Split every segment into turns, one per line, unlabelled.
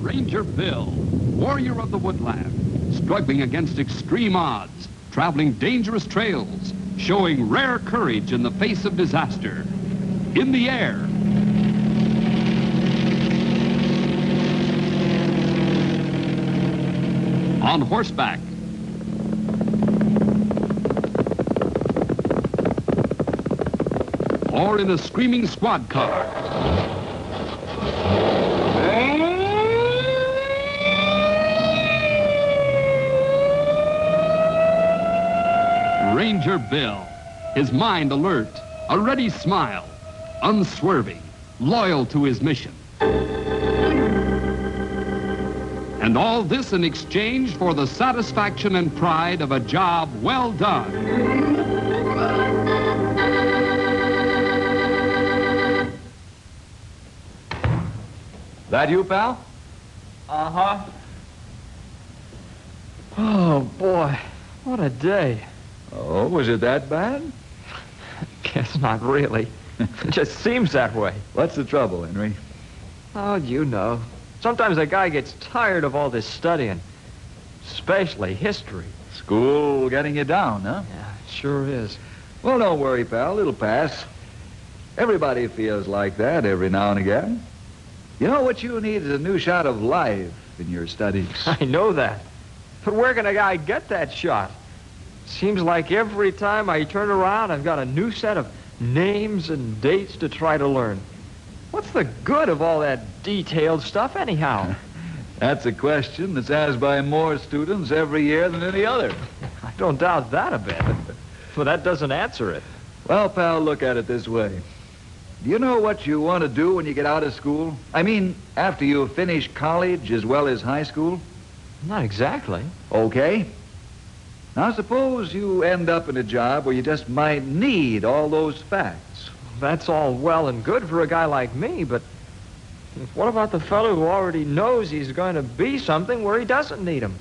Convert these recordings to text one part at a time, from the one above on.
Ranger Bill, warrior of the woodland, struggling against extreme odds, traveling dangerous trails, showing rare courage in the face of disaster. In the air. On horseback. Or in a screaming squad car. Ranger Bill. His mind alert, a ready smile, unswerving, loyal to his mission. And all this in exchange for the satisfaction and pride of a job well done.
That you, pal?
Uh-huh.
Oh, boy. What a day.
Oh, was it that bad?
Guess not really. it just seems that way.
What's the trouble, Henry?
Oh, you know. Sometimes a guy gets tired of all this studying, especially history.
School getting you down, huh?
Yeah, it sure is.
Well, don't worry, pal. It'll pass. Everybody feels like that every now and again. You know what you need is a new shot of life in your studies.
I know that. But where can a guy get that shot? Seems like every time I turn around, I've got a new set of names and dates to try to learn. What's the good of all that detailed stuff, anyhow?
That's a question that's asked by more students every year than any other.
I don't doubt that a bit. But that doesn't answer it.
Well, pal, look at it this way. Do you know what you want to do when you get out of school? I mean, after you finish college as well as high school?
Not exactly.
Okay. Now, suppose you end up in a job where you just might need all those facts.
That's all well and good for a guy like me, but what about the fellow who already knows he's going to be something where he doesn't need him?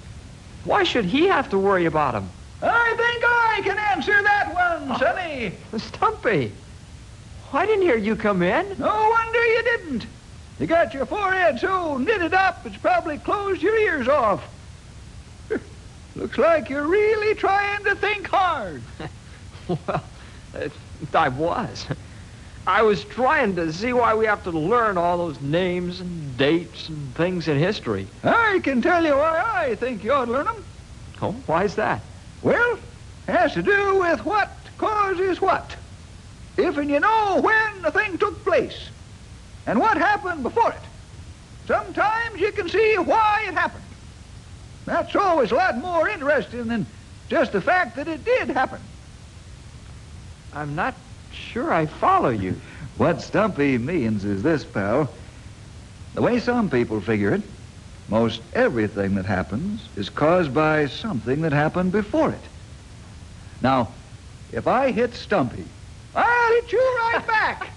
Why should he have to worry about him?
I think I can answer that one, Sonny.
Stumpy, I didn't hear you come in.
No wonder you didn't. You got your forehead so knitted up, it's probably closed your ears off. Looks like you're really trying to think hard.
Well, uh, I was. I was trying to see why we have to learn all those names and dates and things in history.
I can tell you why I think you ought to learn 'em.
Oh, why is that?
Well, it has to do with what causes what. If and you know when the thing took place and what happened before it, sometimes you can see why it happened. That's always a lot more interesting than just the fact that it did happen.
I'm not sure I follow you.
What Stumpy means is this, pal. The way some people figure it, most everything that happens is caused by something that happened before it. Now, if I hit Stumpy, I'll hit you right back.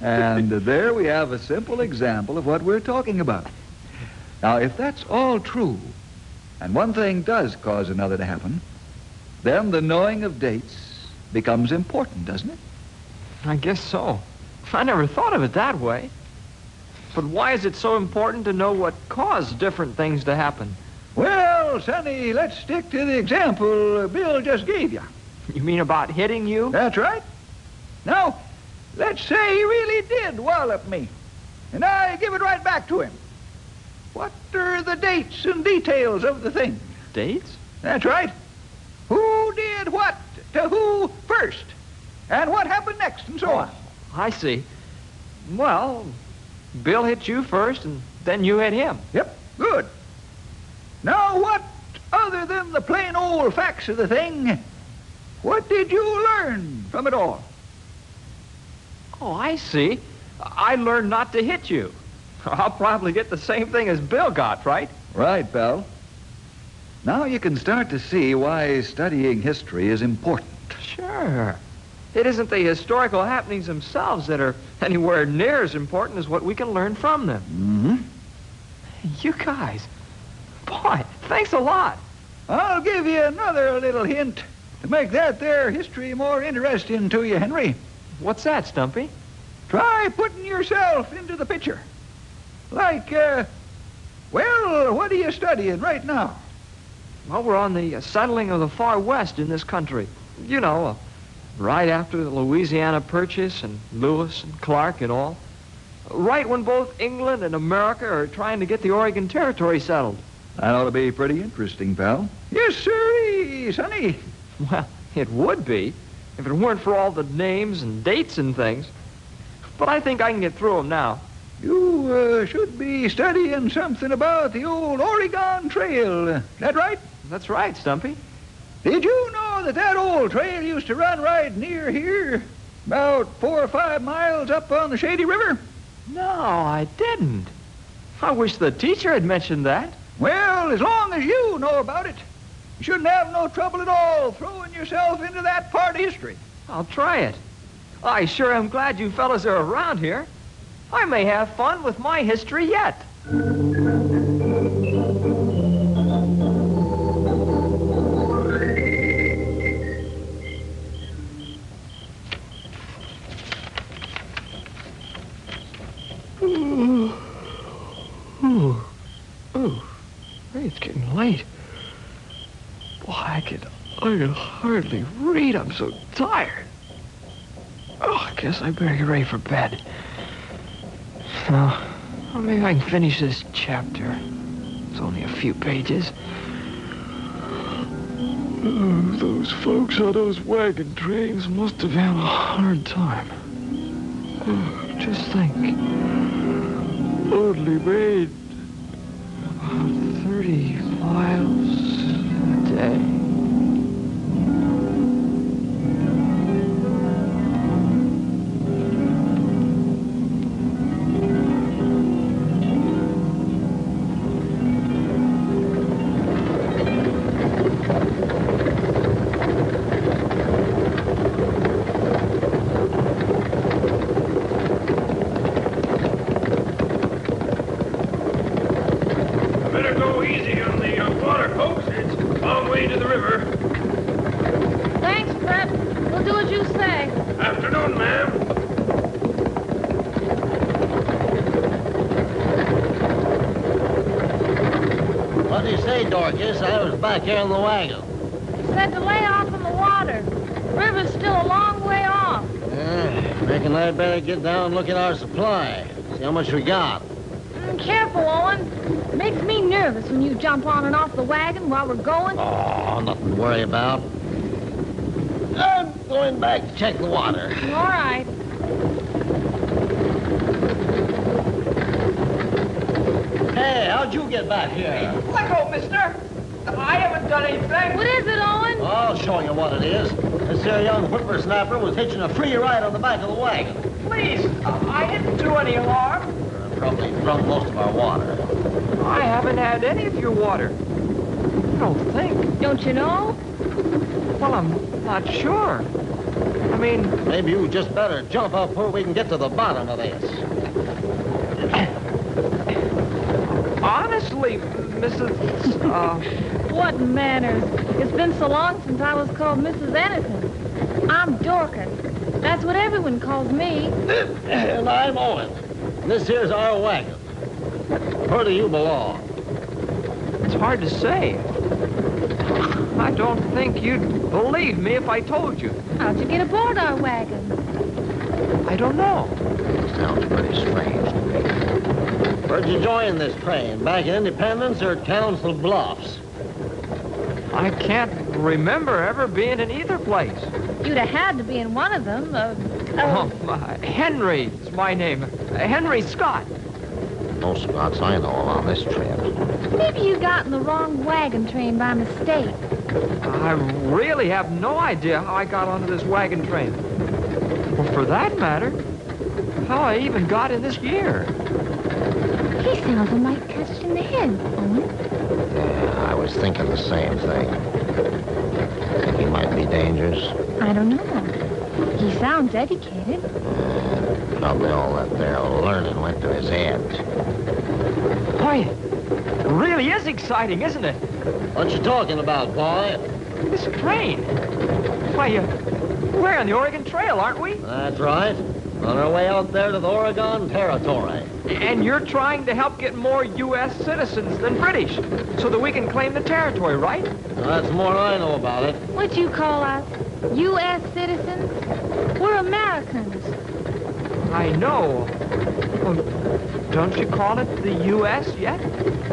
and there we have a simple example of what we're talking about. Now, if that's all true, and one thing does cause another to happen, then the knowing of dates becomes important, doesn't it?
I guess so. I never thought of it that way. But why is it so important to know what caused different things to happen?
Well, Sonny, let's stick to the example Bill just gave you.
You mean about hitting you?
That's right. Now, let's say he really did wallop me, and I give it right back to him. What are the dates and details of the thing?
Dates?
That's right. Who did what to who first, and what happened next, and so on.
I see. Well, Bill hit you first, and then you hit him.
Yep, good. Now, what, other than the plain old facts of the thing, what did you learn from it all?
Oh, I see. I learned not to hit you. I'll probably get the same thing as Bill got, right?
Right, pal. Now you can start to see why studying history is important.
Sure. It isn't the historical happenings themselves that are anywhere near as important as what we can learn from them.
Mm-hmm.
You guys, boy, thanks a lot.
I'll give you another little hint to make that there history more interesting to you, Henry.
What's that, Stumpy?
Try putting yourself into the picture. Like, uh, well, what are you studying right now?
Well, we're on the uh, settling of the far west in this country. You know, uh, right after the Louisiana Purchase and Lewis and Clark and all. Right when both England and America are trying to get the Oregon Territory settled.
That ought to be pretty interesting, pal. Yes, sir, sonny.
Well, it would be if it weren't for all the names and dates and things. But I think I can get through 'em now.
You uh, should be studying something about the old Oregon Trail. Is that right?
That's right, Stumpy.
Did you know that that old trail used to run right near here? About four or five miles up on the Shady River?
No, I didn't. I wish the teacher had mentioned that.
Well, as long as you know about it, you shouldn't have no trouble at all throwing yourself into that part of history.
I'll try it. I sure am glad you fellas are around here. I may have fun with my history yet. Hey, it's getting late. Boy, I could, I could hardly read. I'm so tired. Oh, I guess I better get ready for bed. Now, well, maybe I can finish this chapter. It's only a few pages. Oh, those folks on those wagon trains must have had a hard time. Oh, just think. Only made Uh, about 30 miles a day.
Better go easy on the uh, water folks. It's a long way to the river.
Thanks, Fred. We'll do as you say.
Afternoon, ma'am.
What do you say, Dorcas? I was back here in the wagon.
He said to lay off in the water. River's still a long way off.
Yeah, reckon I'd better get down and look at our supply. See how much we got.
Mm, careful, Owen. Makes me nervous when you jump on and off the wagon while we're going.
Oh, nothing to worry about. I'm going back to check the water.
All right.
Hey, how'd you get back here?
Let go, mister! I haven't done anything!
What is it, Owen?
I'll show you what it is. This here young whippersnapper was hitching a free ride on the back of the wagon.
Please! I didn't do any harm.
Uh, Probably drunk most of our water.
I haven't had any of your water. I don't think.
Don't you know?
Well, I'm not sure. I mean,
Maybe you just better jump up where we can get to the bottom of this.
honestly, Mrs. Uh,
What manners. It's been so long since I was called Mrs. Anything. I'm Dorcas. That's what everyone calls me.
And I'm Owen. And this here's our wagon. Where do you belong?
it's hard to say. I don't think you'd believe me if I told you.
How'd you get aboard our wagon?
I don't know.
Sounds pretty strange to me. Where'd you join this train? Back at Independence or Council Bluffs?
I can't remember ever being in either place.
You'd have had to be in one of them. Uh,
Oh, my. Henry is my name. Henry Scott.
No spots I know on this trip.
Maybe you got in the wrong wagon train by mistake.
I really have no idea how I got onto this wagon train. Or for that matter, how I even got in this gear.
He sounds a mite touched in the head, Mm-hmm. Owen.
Yeah, I was thinking the same thing. Think he might be dangerous?
I don't know. He sounds educated.
Probably all that there learning went to his head.
Boy, it really is exciting, isn't it?
What you talking about, boy?
This train. Why, uh, we're on the Oregon Trail, aren't we?
That's right. on our way out there to the Oregon Territory.
And you're trying to help get more U.S. citizens than British so that we can claim the territory, right?
Now, that's more I know about it.
What you call us? U.S. citizens? We're Americans.
I know. Well, don't you call it the U.S. yet?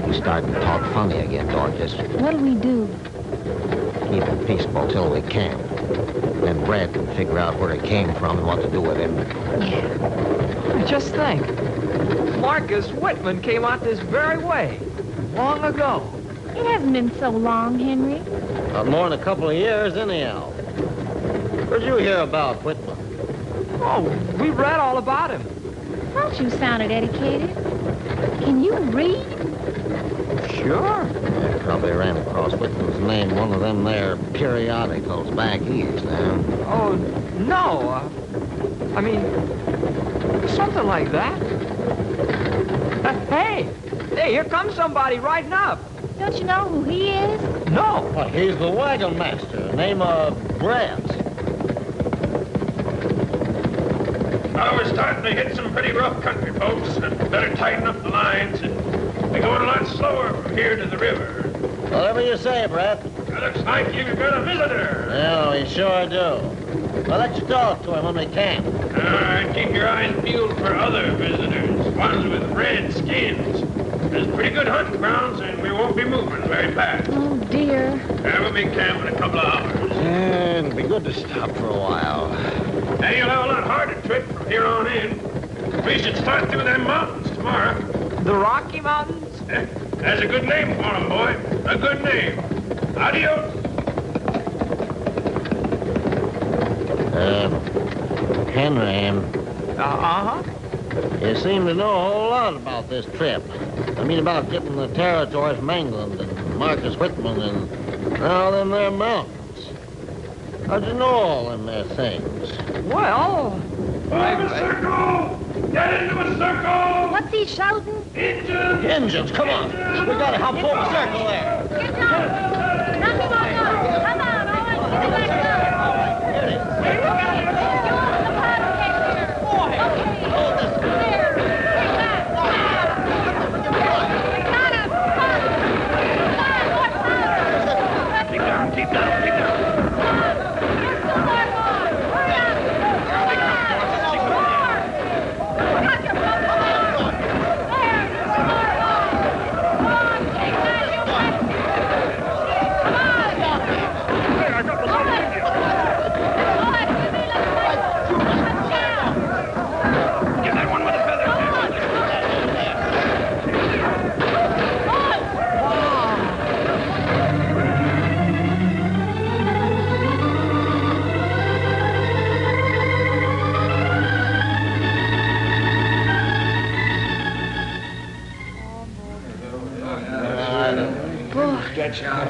You start to talk funny again, Dorcas.
What'll we do?
Keep it peaceful till we can. Then Brad can figure out where it came from and what to do with him.
Just think. Marcus Whitman came out this very way long ago.
It hasn't been so long, Henry.
Not more than a couple of years, anyhow. Where'd you hear about Whitman?
Oh, we read all about him.
Don't you sounded educated? Can you read?
Sure.
I probably ran across Whitman's name in one of them there periodicals back east now.
Oh, no. Uh, I mean, something like that. Uh, hey, hey, here comes somebody riding up.
Don't you know who he is?
No.
Well, he's the wagon master, name of Brant.
Now we're starting to hit some pretty rough country, folks. Better tighten up the lines and be going a lot slower from here to the river.
Whatever you say, Brett.
It looks like you've got a visitor.
Well, we sure do. Well, let's talk to him when we can.
All right, Ah, keep your eyes peeled for other visitors, ones with red skins. There's pretty good hunting grounds, and we won't be moving very fast.
Oh, dear.
And we'll be camping in a couple of hours.
And it'd be good to stop for a while.
Now you'll have a lot harder trip from here on in. We should start through them mountains tomorrow.
The Rocky Mountains?
Eh, That's a good name for 'em, boy. A good name. Adios.
Uh, Henry, um,
Uh huh.
you seem to know a whole lot about this trip. I mean, about getting the territory from England and Marcus Whitman and all them there mountains. How'd you know all them there things?
Well,
Form a circle! Get into a circle!
What's he shouting?
Engine!
Engines, come on. We gotta help form a circle there.
Get down! Knock him off! Come on, Owen, get him back up!
Here it is.
Okay, you open the pot and get here. Okay. There. Take that. Got him. Got him. More powder.
Keep down, keep down, keep down.
There's two more boys. Hurry up. Come on. More. Got your boat. Come on. There. Two more boys. Come on, take that, you bastard. Come on. Go ahead. Give me the fight. Down.
Get that one with the feather.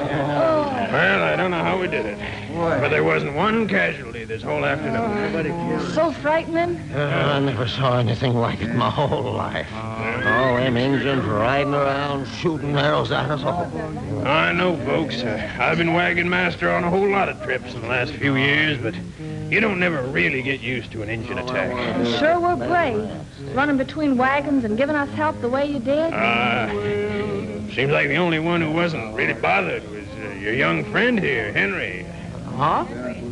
Well, I don't know how we did it. But there wasn't one casualty this whole afternoon.
So frightening.
Uh-huh.
I never saw anything like it in my whole life.
Uh-huh.
All them engines riding around, shooting arrows at us
Oh,
all.
I know, folks. Uh, I've been wagon master on a whole lot of trips in the last few years, but you don't never really get used to an engine attack.
Sure we're brave. Running between wagons and giving us help the way you did.
Uh, seems like the only one who wasn't really bothered was uh, your young friend here, Henry.
huh?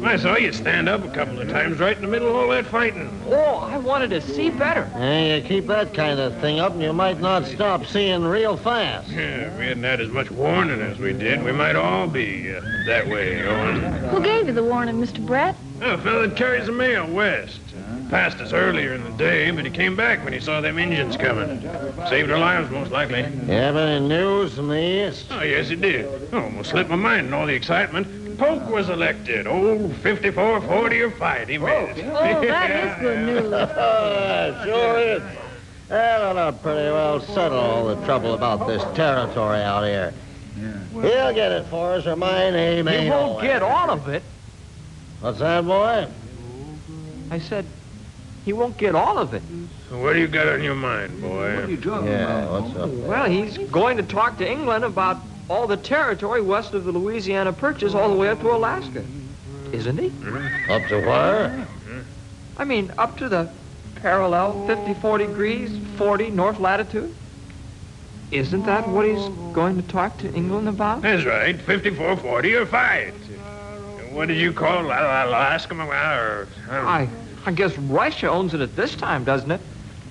I saw you stand up a couple of times right in the middle of all that fighting.
Oh, I wanted to see better.
Hey, you keep that kind of thing up and you might not stop seeing real fast.
Yeah, if we hadn't had as much warning as we did, we might all be uh, that way, Owen.
Who gave you the warning, Mr. Brett?
A fellow that carries the mail west. Passed us earlier in the day, but he came back when he saw them engines coming. Saved our lives, most likely.
You have any news from the east?
Oh, yes, it did. Almost slipped my mind in all the excitement. Polk was elected. Old 54, 40, or 5. He made it.
Oh, that is good news.
Oh, sure is. That'll ought pretty well settle all the trouble about this territory out here. He'll get it for us, or my name ain't
You won't
Owen.
get all of it.
What's that, boy?
I said, he won't get all of it.
What do you got on your mind, boy?
you talking
Yeah, what's up?
Well, he's going to talk to England about all the territory west of the Louisiana Purchase all the way up to Alaska. Isn't he?
Up to where?
I mean, up to the parallel, 54 degrees, 40 north latitude? Isn't that what he's going to talk to England about?
That's right, 54, 40, or 5. What did you call it? Alaska? Or,
I, I guess Russia owns it at this time, doesn't it?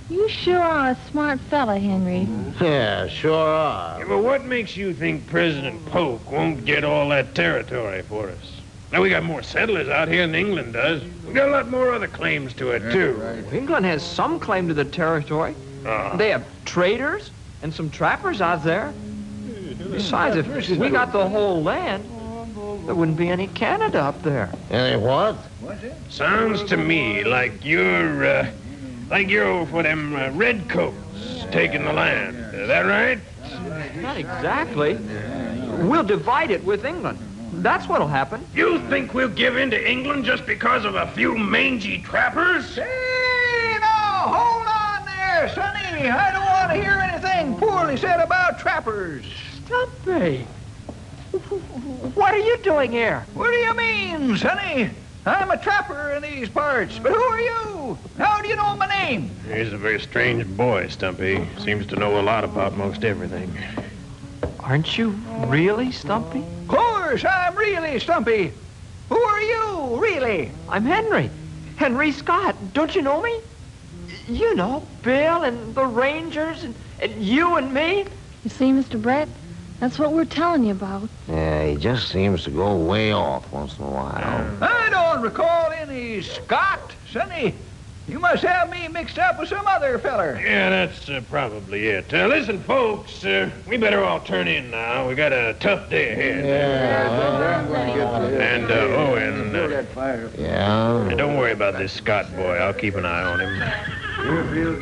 You sure are a smart fella, Henry.
Yeah, sure are.
Yeah, but what makes you think President Polk won't get all that territory for us? Now, we got more settlers out here than England does. We got a lot more other claims to it, too.
England has some claim to the territory.
Ah.
They have traders and some trappers out there. Besides, if we got the whole land, there wouldn't be any Canada up there.
Any what?
Sounds to me like you're, uh, like you're over for them uh, redcoats taking the land. Is that right?
Not exactly. We'll divide it with England. That's what'll happen.
You think we'll give in to England just because of a few mangy trappers?
Hey, now, hold on there, Sonny. I don't want to hear anything poorly said about trappers.
Stumpy! What are you doing here?
What do you mean, Sonny? I'm a trapper in these parts, but who are you? How do you know my name?
He's a very strange boy, Stumpy. Seems to know a lot about most everything.
Aren't you really Stumpy?
Of course, I'm really Stumpy. Who are you, really?
I'm Henry. Henry Scott. Don't you know me? Y- You know, Bill and the Rangers and, and you and me.
You see, Mr. Brett, that's what we're telling you about.
Yeah, he just seems to go way off once in a while.
I don't recall any Scott, Sonny. You must have me mixed up with some other feller.
Yeah, that's uh, probably it. Uh, listen, folks, uh, we better all turn in now. We got a tough day ahead. And, uh, oh, and, uh,
Yeah.
don't worry about this Scott boy. I'll keep an eye on him.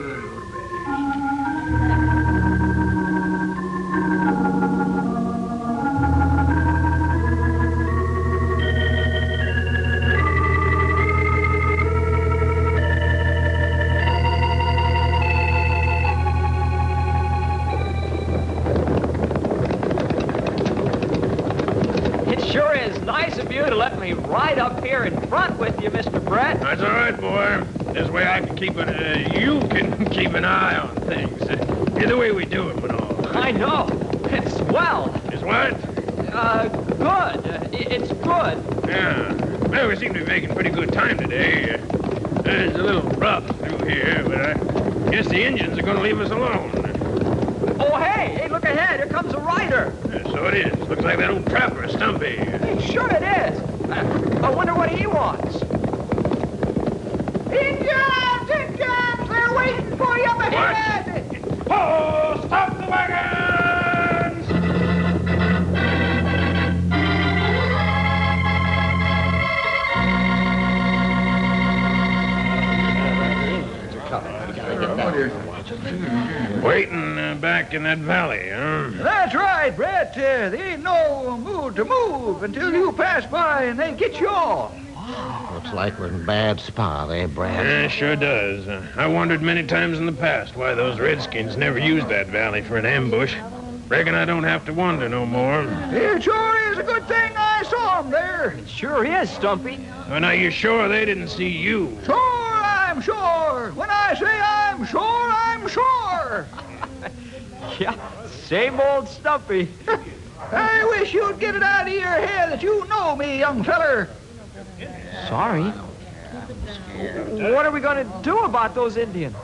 It sure is nice of you to let me ride up here in front with you, Mr. Brett.
That's all right, boy. This way I can keep an, uh, you can keep an eye on things. Uh, either way we do it and all.
I know. It's swell.
Is what?
Uh, good. Uh, i- it's good.
Yeah. Well, we seem to be making pretty good time today. Uh, it's a little rough through here, but I guess the engines are going to leave us alone.
Oh, hey, hey, look ahead. Here comes a rider.
Uh, so it is. Looks like that old trapper, Stumpy.
Hey, sure it is. Uh, I wonder what he wants.
Indians! Indians! They're waiting for you up
ahead! Oh, stop the wagons! Waiting uh, back in that valley, huh?
That's right, Brett. Uh, they ain't no mood to move until you pass by and they get you all.
Looks like we're in bad spot, eh, Brad?
Yeah, sure does. Uh, I wondered many times in the past why those redskins never used that valley for an ambush. Reckon I don't have to wonder no more.
It sure is a good thing I saw 'em there.
Sure is, Stumpy.
Well, now, you sure they didn't see you?
Sure, I'm sure. When I say I'm sure, I'm sure.
Yeah, same old Stumpy.
I wish you'd get it out of your head that you know me, young feller.
Sorry. What are we going to do about those Indians?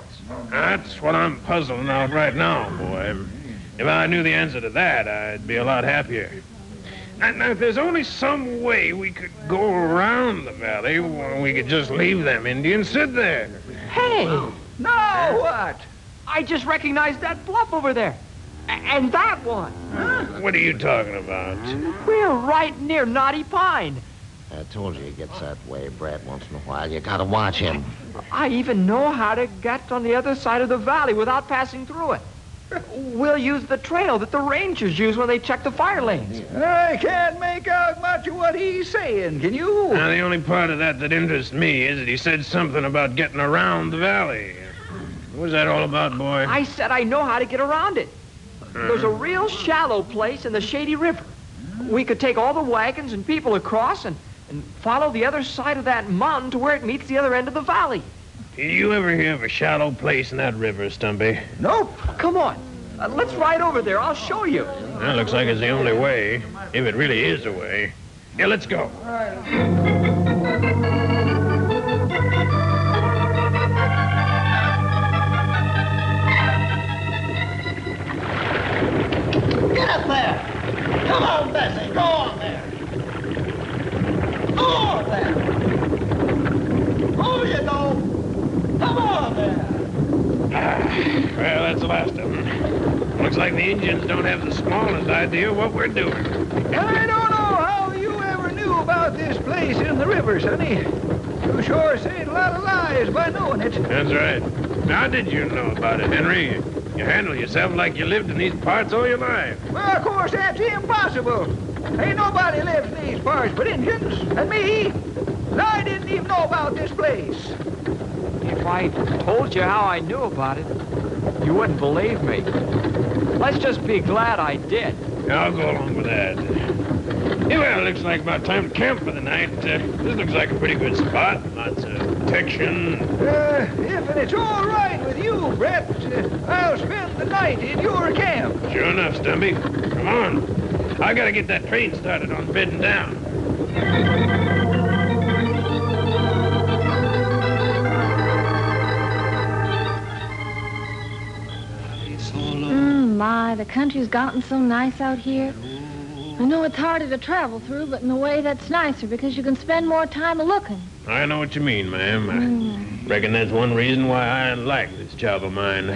That's what I'm puzzling out right now, boy. If I knew the answer to that, I'd be a lot happier. And if there's only some way we could go around the valley, well, we could just leave them Indians sit there.
Hey,
Now what?
I just recognized that bluff over there. A- and that one.
What are you talking about?
We're right near Knotty Pine.
I told you he gets that way, Brad, once in a while. You gotta watch him.
I even know how to get on the other side of the valley without passing through it. We'll use the trail that the rangers use when they check the fire lanes.
I can't make out much of what he's saying, can you?
Now, the only part of that that interests me is that he said something about getting around the valley. What was that all about, boy?
I said I know how to get around it. There's a real shallow place in the Shady River. We could take all the wagons and people across and, and follow the other side of that mountain to where it meets the other end of the valley.
You ever hear of a shallow place in that river, Stumpy?
Nope. Come on. Uh, let's ride over there. I'll show you.
That looks like it's the only way, if it really is a way. Yeah, let's go.
Get up there! Come on, Bessie, go on there! Go on there! Oh, you know! Come on there!
Well, that's the last of them. Looks like the Indians don't have the smallest idea what we're doing.
And I don't know how you ever knew about this place in the river, Sonny. You sure said a lot of lies by knowing it.
That's right. How did you know about it, Henry? You handle yourself like you lived in these parts all your life.
Well, of course, that's impossible. Ain't nobody lives in these parts but Indians and me. And I didn't even know about this place.
If I told you how I knew about it, you wouldn't believe me. Let's just be glad I did.
I'll go along with that. Yeah, well, it looks like about time to camp for the night. Uh, this looks like a pretty good spot. Lots of protection.
Uh, if it's all right with you, Brett, uh, I'll spend the night in your camp.
Sure enough, Stumpy. Come on. I gotta get that train started on bedding down.
Mm, my, the country's gotten so nice out here. I know it's harder to travel through, but in a way that's nicer because you can spend more time looking.
I know what you mean, ma'am. I reckon that's one reason why I like this job of mine.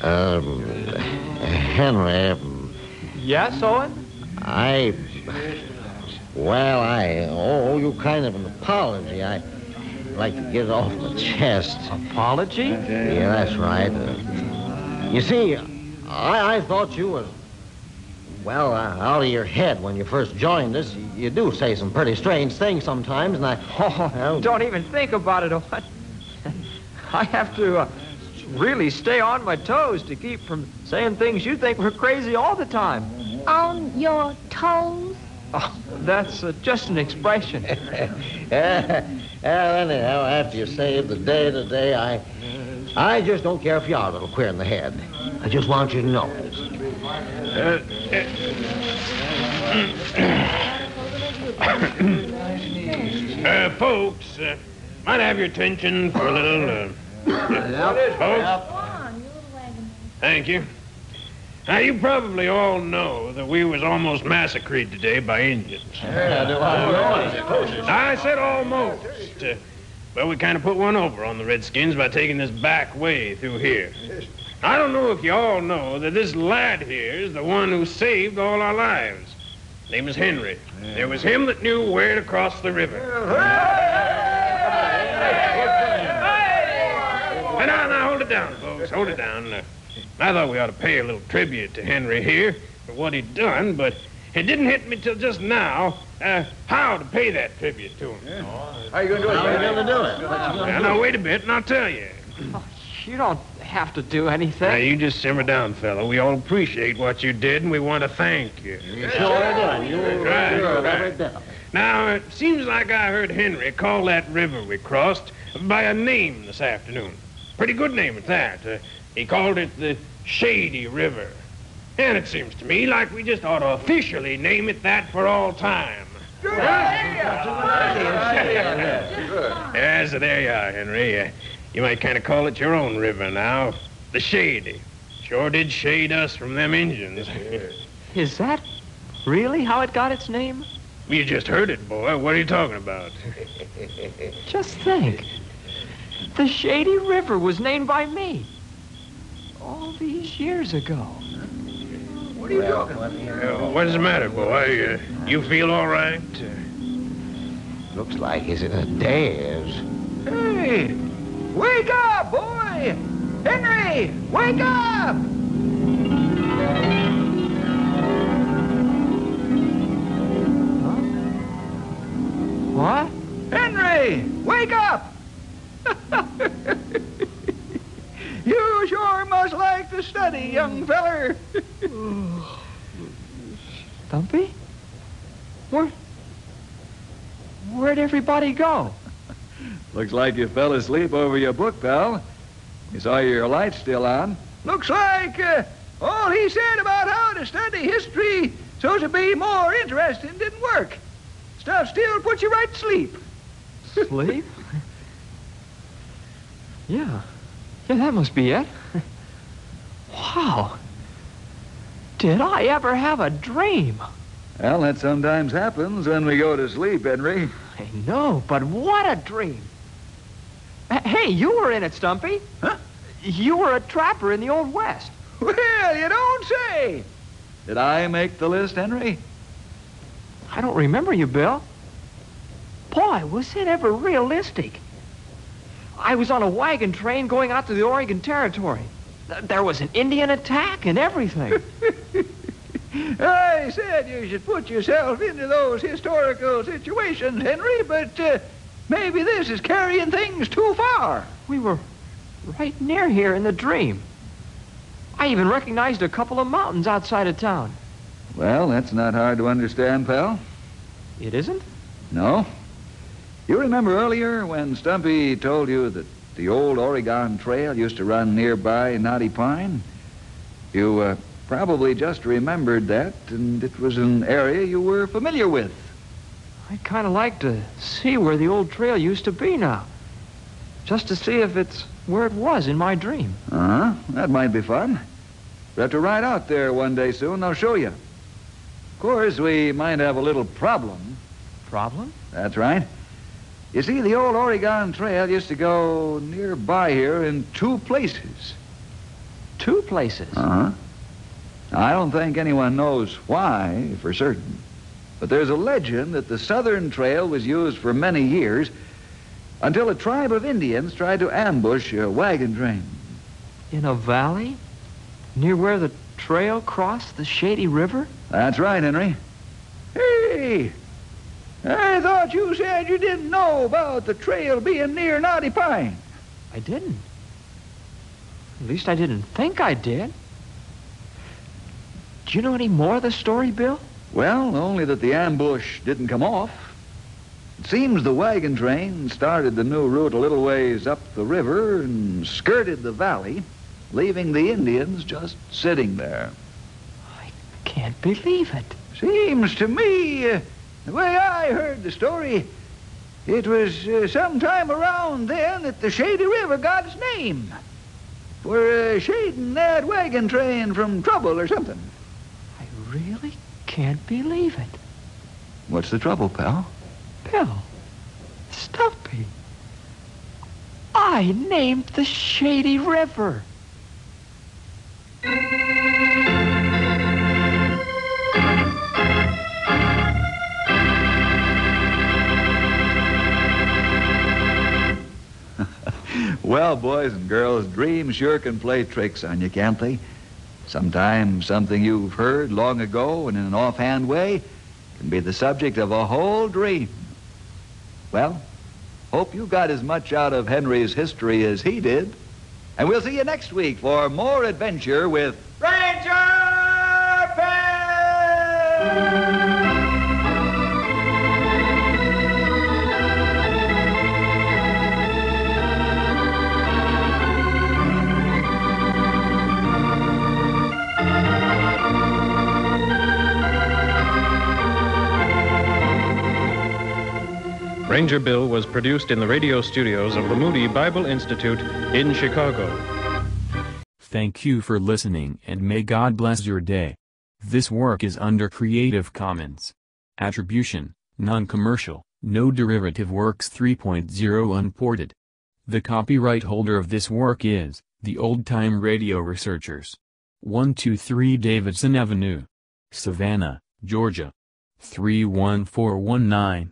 Um, Henry,
Yes, Owen?
I. Well, I owe you kind of an apology. I like to get it off my chest.
Apology?
Yeah, that's right. Uh, You see, I, I thought you was well uh, out of your head when you first joined us. You, you do say some pretty strange things sometimes, and I well,
Don't even think about it, Owen. I have to uh, really stay on my toes to keep from saying things you think were crazy all the time.
On your toes?
Oh, that's uh, just an expression.
well, anyhow, after you saved the day today, I, I just don't care if you are a little queer in the head. I just want you to know. it.
Uh, folks, uh, might I have your attention for a little. Uh, folks, thank you. Now, you probably all know that we was almost massacred today by Indians. Oh,
Yeah, do I
I said almost. Uh, but we kind of put one over on the Redskins by taking this back way through here. I don't know if you all know that this lad here is the one who saved all our lives. Name is Henry. It was him that knew where to cross the river. And now, now, hold it down, folks. Hold it down. Uh, I thought we ought to pay a little tribute to Henry here for what he'd done, but it didn't hit me till just now uh, how to pay that tribute to him.
How you going to do it,
How are you going to do it? What you gonna
Now, now, wait a bit, and I'll tell you.
You don't have to do
Now,
anything.
you just simmer down, fella. We all appreciate what you did, and we want to thank you.
do? You sure do. You
Right,
sure
right.
every bit of it.
Now, it seems like I heard Henry call that river we crossed by a name this afternoon. Pretty good name at that. Uh, he called it the Shady River. And it seems to me like we just ought to officially name it that for all time. Yeah, so there you are, Henry. Uh, you might kind of call it your own river now. The Shady. Sure did shade us from them Indians.
Is that really how it got its name?
you just heard it, boy. What are you talking about?
Just think. The Shady River was named by me. All these years ago.
Uh, what's the matter, boy? Uh, you feel all right?
Looks like he's in a daze.
Hey, wake up, boy! Henry, wake up!
What?
Henry, wake up! you sure must like to study, young feller.
Stumpy? Where? Where'd everybody go?
Looks like you fell asleep over your book, pal. You saw your light still on. Looks like uh, all he said about how to study history so to be more interesting didn't work. Stuff still puts you right to sleep.
Sleep? yeah. Yeah, that must be it. wow. Did I ever have a dream?
Well, that sometimes happens when we go to sleep, Henry.
I know, but what a dream. H- Hey, you were in it, Stumpy.
Huh?
You were a trapper in the Old West.
Well, you don't say. Did I make the list, Henry?
I don't remember you, Bill. Boy, was it ever realistic. I was on a wagon train going out to the Oregon Territory. Th- There was an Indian attack and everything.
I said you should put yourself into those historical situations, Henry, but uh, maybe this is carrying things too far.
we were right near here in the dream. I even recognized a couple of mountains outside of town.
Well, that's not hard to understand, pal.
It isn't?
No. You remember earlier when Stumpy told you that the old Oregon Trail used to run nearby Knotty Pine? You uh, probably just remembered that, and it was an area you were familiar with.
I'd kind of like to see where the old trail used to be now. Just to see if it's where it was in my dream.
Uh huh. That might be fun. We'll have to ride out there one day soon. I'll show you. Of course, we might have a little problem.
Problem?
That's right. You see, the old Oregon Trail used to go nearby here in two places.
Two places.
Uh huh. I don't think anyone knows why for certain, but there's a legend that the Southern Trail was used for many years until a tribe of Indians tried to ambush a wagon train.
In a valley? Near where the trail crossed the shady river?
That's right, Henry. Hey, I thought you said you didn't know about the trail being near Knotty Pine.
I didn't. At least I didn't think I did. Do you know any more of the story, Bill?
Well, only that the ambush didn't come off. It seems the wagon train started the new route a little ways up the river and skirted the valley, leaving the Indians just sitting there.
Can't believe it.
Seems to me, uh, the way I heard the story, it was uh, sometime around then that the Shady River got its name. For uh, shading that wagon train from trouble or something.
I really can't believe it.
What's the trouble, pal?
Bill, Stumpy, I named the shady river.
Well, boys and girls, dreams sure can play tricks on you, can't they? Sometimes something you've heard long ago and in an offhand way can be the subject of a whole dream. Well, hope you got as much out of Henry's history as he did. And we'll see you next week for more adventure with Ranger Pete!
Ranger Bill was produced in the radio studios of the Moody Bible Institute in Chicago.
Thank you for listening and may God bless your day. This work is under Creative Commons. Attribution, non-commercial, no derivative works 3.0 unported. The copyright holder of this work is, the old-time radio researchers. 123 Davidson Avenue. Savannah, Georgia. 31419.